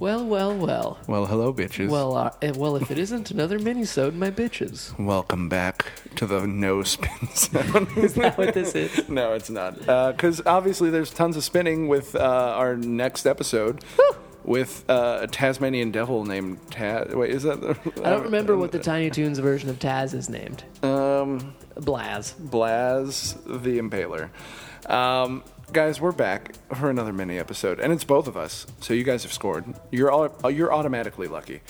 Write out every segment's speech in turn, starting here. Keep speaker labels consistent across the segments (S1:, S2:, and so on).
S1: Well, well, well.
S2: Well, hello, bitches.
S1: Well, uh, eh, well, if it isn't another minisode, my bitches.
S2: welcome back to the no spin zone.
S1: Is that what this is?
S2: no, it's not. Because obviously, there's tons of spinning with uh, our next episode with uh, a Tasmanian devil named Taz. Wait, is that? The-
S1: I don't remember what the Tiny Toons version of Taz is named.
S2: Um,
S1: Blaz.
S2: Blaz the Impaler. Um, guys, we're back for another mini episode, and it's both of us. So you guys have scored. You're all, uh, you're automatically lucky.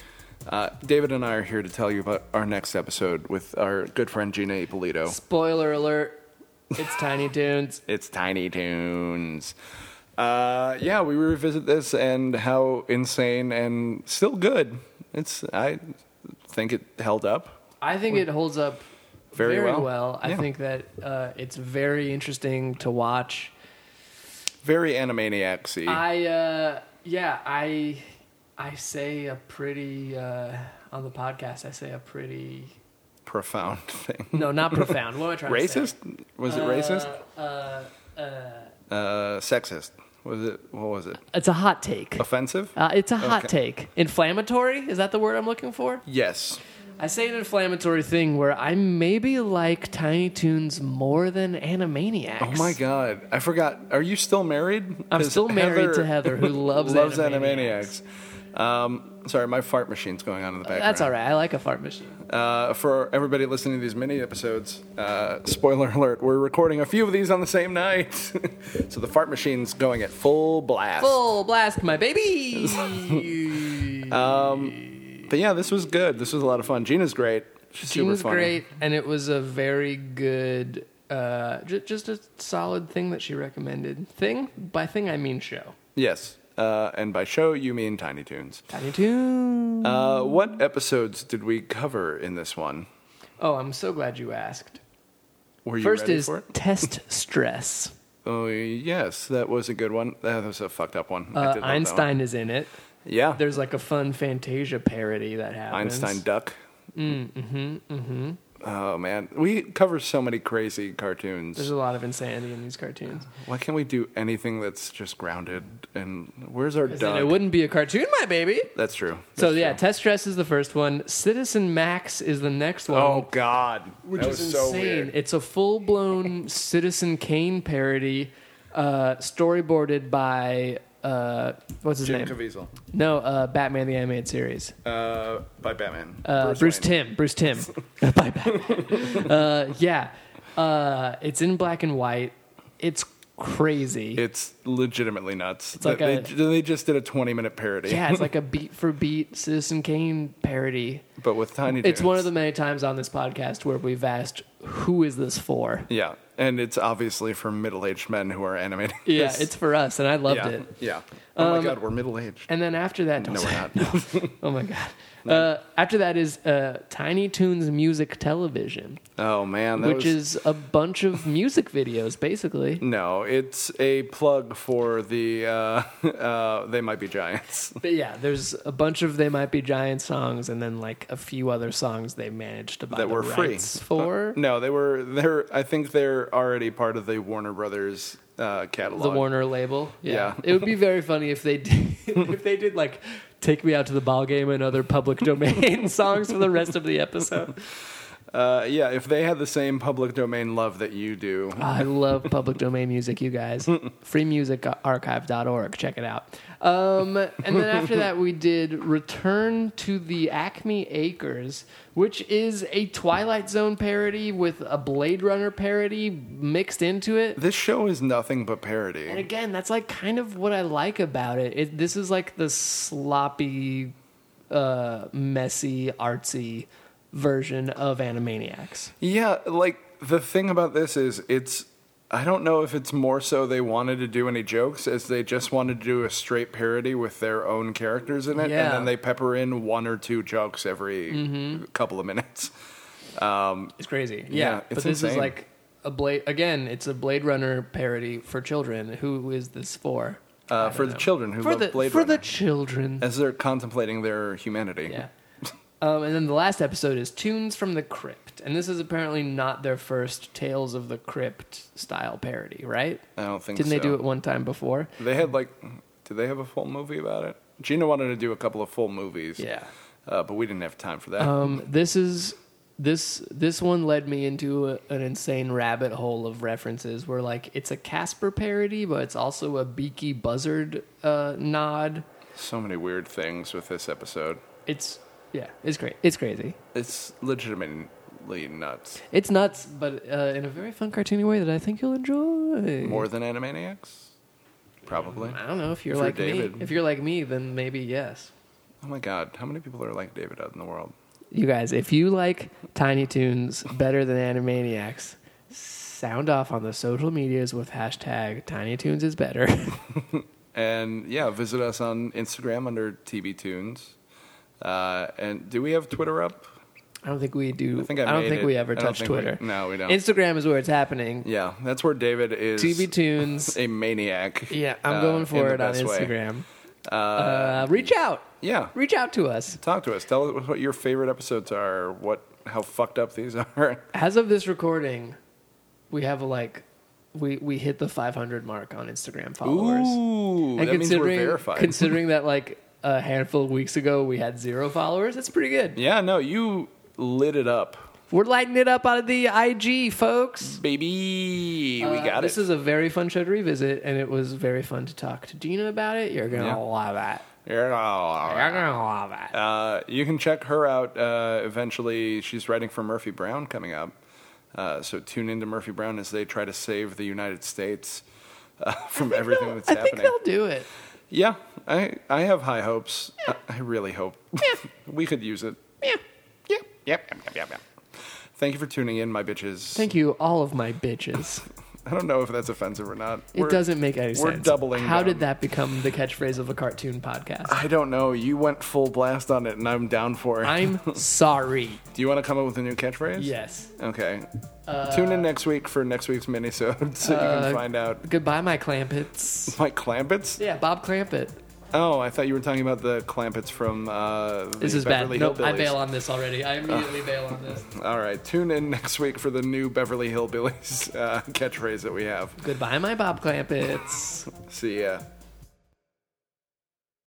S2: Uh, David and I are here to tell you about our next episode with our good friend Gina Ippolito.
S1: Spoiler alert. It's Tiny Toons.
S2: It's Tiny Toons. Uh, yeah, we revisit this and how insane and still good. It's I think it held up.
S1: I think it holds up
S2: Very
S1: very,
S2: well.
S1: well. I
S2: Yeah.
S1: think that uh, it's very interesting to watch.
S2: Very Animaniacs-y.
S1: I uh, yeah, I I say a pretty uh, on the podcast. I say a pretty
S2: profound thing.
S1: no, not profound. What am I trying to
S2: Racist?
S1: say?
S2: Was it racist?
S1: Uh, uh, uh,
S2: Uh, sexist? Was it? What was it?
S1: it's a hot take.
S2: Offensive?
S1: Uh, it's a hot
S2: Okay.
S1: take. Inflammatory is that the word I'm looking for?
S2: Yes.
S1: I say an inflammatory thing where I maybe like Tiny Toons more than Animaniacs.
S2: Oh my god, I forgot. Are you still married?
S1: I'm
S2: 'Cause
S1: still married to Heather, who loves
S2: loves
S1: Animaniacs.
S2: Animaniacs. Um, sorry, my fart machine's going on in the background.
S1: That's all right. I like a fart machine.
S2: Uh, for everybody listening to these mini episodes, uh, spoiler alert, we're recording a few of these on the same night. so the fart machine's going at full blast.
S1: Full blast, my baby.
S2: Uh, But yeah, this was good. This was a lot of fun. Gina's great. She's
S1: She was
S2: super funny.
S1: great, and it was a very good, uh, ju- just a solid thing that she recommended. Thing by thing, I mean show.
S2: Yes. Uh, and by show, you mean Tiny Toons.
S1: Tiny Toons.
S2: Uh, what episodes did we cover in this one?
S1: oh, I'm so glad you asked.
S2: Were you
S1: First
S2: ready
S1: is
S2: for it?
S1: test stress.
S2: Oh, yes, that was a good one. That was a fucked up one. I did
S1: Uh,
S2: love that one.
S1: Einstein is in it.
S2: Yeah.
S1: There's like a fun Fantasia parody that happens.
S2: Einstein Duck. Mm, mm-hmm, mm-hmm. Oh man, we cover so many crazy cartoons.
S1: There's a lot of insanity in these cartoons.
S2: Why can't we do anything that's just grounded? And where's our
S1: 'Cause then it
S2: duck?
S1: wouldn't be a cartoon, my baby.
S2: That's true.
S1: So
S2: That's
S1: yeah,
S2: true.
S1: test stress is the first one. Citizen Max is the next one.
S2: oh God,
S1: which
S2: that
S1: is
S2: was
S1: insane.
S2: so weird.
S1: It's a full blown Citizen Kane parody, uh, storyboarded by uh, what's his
S2: Jim
S1: name?
S2: Caviezel,
S1: No, uh, Batman the Animated Series.
S2: uh, by Batman.
S1: Uh, Bruce,
S2: Wayne.
S1: Tim. Bruce Tim. Bye bye. uh, yeah. Uh, it's in black and white. It's crazy.
S2: It's legitimately nuts.
S1: like
S2: they,
S1: a-
S2: they just did a 20 minute parody.
S1: yeah, it's like a beat for beat Citizen Kane parody.
S2: but with tiny.
S1: It's one of
S2: dudes.
S1: the many times on this podcast where we've asked, who is this for?
S2: Yeah, and it's obviously for middle aged men who are animating.
S1: Yeah,
S2: this.
S1: it's for us, and I loved
S2: yeah,
S1: it. Um,
S2: Yeah. Oh my God, we're middle aged.
S1: And then after that, don't
S2: No,
S1: say-
S2: we're not.
S1: oh my god. Uh, after that is uh, Tiny Toons Music Television,
S2: Oh man, that
S1: which
S2: was-
S1: is a bunch of music videos, basically.
S2: No, it's a plug for the uh, uh, They Might Be Giants.
S1: But yeah, there's a bunch of they might be giant songs, and then like a few other songs they managed to buy
S2: That
S1: the
S2: were free. Uh,
S1: rights for
S2: No, they were they're I think they're already part of the Warner Brothers uh, catalog.
S1: the Warner label.
S2: Yeah.
S1: it would be very funny if they did, if they did like take me out to the ball game and other public domain songs for the rest of the episode.
S2: Uh, yeah, if they had the same public domain love that you do.
S1: I love public domain music, you guys. Freemusicarchive.org. Check it out. Um, and then after that, we did Return to the Acme Acres, which is a Twilight Zone parody with a Blade Runner parody mixed into it.
S2: This show is nothing but
S1: And
S2: parody.
S1: again, that's like kind of what I like about it. it this is like the sloppy, uh, messy, artsy version of Animaniacs.
S2: Yeah, like the thing about this is it's I don't know if it's more so they wanted to do any jokes as they just wanted to do a straight parody with their own characters in it
S1: Yeah. Mm-hmm.
S2: and then they pepper in one or two jokes every couple of minutes.
S1: It's crazy.
S2: Yeah,
S1: Yeah.
S2: it's
S1: but this is
S2: insane.
S1: like a blade again, it's a Blade Runner parody for children. Who is this for?
S2: uh, for the children who
S1: For
S2: love
S1: the
S2: Blade
S1: for
S2: Runner
S1: the children.
S2: as they're contemplating their humanity.
S1: yeah. Um, and then the last episode is Tunes from the Crypt. And this is apparently not their first Tales of the Crypt style parody, right?
S2: I don't think
S1: Didn't
S2: so.
S1: they do it one time before?
S2: They had like, did they have a full movie about it? Gina wanted to do a couple of full movies.
S1: Yeah.
S2: Uh, but we didn't have time for that.
S1: Um, this is this this one led me into a, an insane rabbit hole of references where like it's a Casper parody, but it's also a Beaky Buzzard uh, nod.
S2: so many weird things with this episode.
S1: It's yeah, it's great. It's crazy.
S2: It's legitimately nuts.
S1: It's nuts, but uh, in a very fun cartoony way that I think you'll enjoy.
S2: More than Animaniacs? Probably.
S1: I don't know if you're
S2: For
S1: like
S2: David.
S1: me. If you're like me, then maybe yes.
S2: Oh my god, how many people are like David out in the world?
S1: You guys, if you like Tiny Toons better than Animaniacs, sound off on the social medias with hashtag Tiny Toons is better.
S2: And yeah, visit us on Instagram under TB Tunes. Uh, and do we have Twitter up?
S1: I don't think we do.
S2: I think I,
S1: don't
S2: made
S1: think
S2: it.
S1: we ever
S2: I don't
S1: touch
S2: think we-
S1: Twitter.
S2: no, we don't.
S1: Instagram is where it's happening.
S2: yeah, that's where David is
S1: TB Tunes.
S2: a maniac.
S1: yeah, I'm
S2: uh,
S1: going
S2: in
S1: for
S2: the
S1: it on
S2: best way.
S1: Instagram.
S2: Uh,
S1: Uh, reach out.
S2: yeah,
S1: Reach out to us.
S2: talk to us. Tell us what your favorite episodes are. What how fucked up these are.
S1: As of this recording, we have like we we hit the 500 mark on Instagram followers.
S2: Ooh,
S1: and
S2: that means we're
S1: considering
S2: verified.
S1: considering that like a handful of weeks ago we had zero followers, that's pretty good.
S2: yeah, no, you lit it up,
S1: We're lighting it up out of the IG, folks.
S2: baby. we
S1: Uh,
S2: got
S1: This
S2: it.
S1: is a very fun show to revisit, and it was very fun to talk to Gina about it. You're gonna
S2: Yeah.
S1: love it.
S2: Yeah.
S1: You're gonna love it.
S2: Uh, you can check her out uh, eventually. She's writing for Murphy Brown coming up. Uh, so tune into Murphy Brown as they try to save the United States uh, from everything that's
S1: I think
S2: happening.
S1: they'll do it.
S2: Yeah, I, I have high hopes. I, I really hope we could use it.
S1: Yeah.
S2: Yep, yep, yep, yep, yep, yep. Thank you for tuning in, my bitches.
S1: Thank you, all of my bitches.
S2: I don't know if that's offensive or not.
S1: It
S2: We're-
S1: doesn't make any
S2: we're
S1: sense.
S2: doubling
S1: How
S2: down.
S1: did that become the catchphrase of a cartoon podcast?
S2: I don't know. You went full blast on it, and I'm down for it.
S1: I'm sorry.
S2: Do you want to come up with a new catchphrase?
S1: Yes.
S2: Okay. Tune in next week for next week's minisode so you
S1: Uh,
S2: can find out
S1: Goodbye, my clampets.
S2: Mike Clampets.
S1: Yeah, Bob Clampett.
S2: Oh, I thought you were talking about the Clampets from uh, the
S1: This is bad.
S2: Beverly
S1: Nope, I
S2: Hillbillies.
S1: bail on this already. I immediately bail on this.
S2: All right, tune in next week for the new Beverly Hillbillies uh, catchphrase that we have.
S1: Goodbye, my Bob Clampets.
S2: See ya.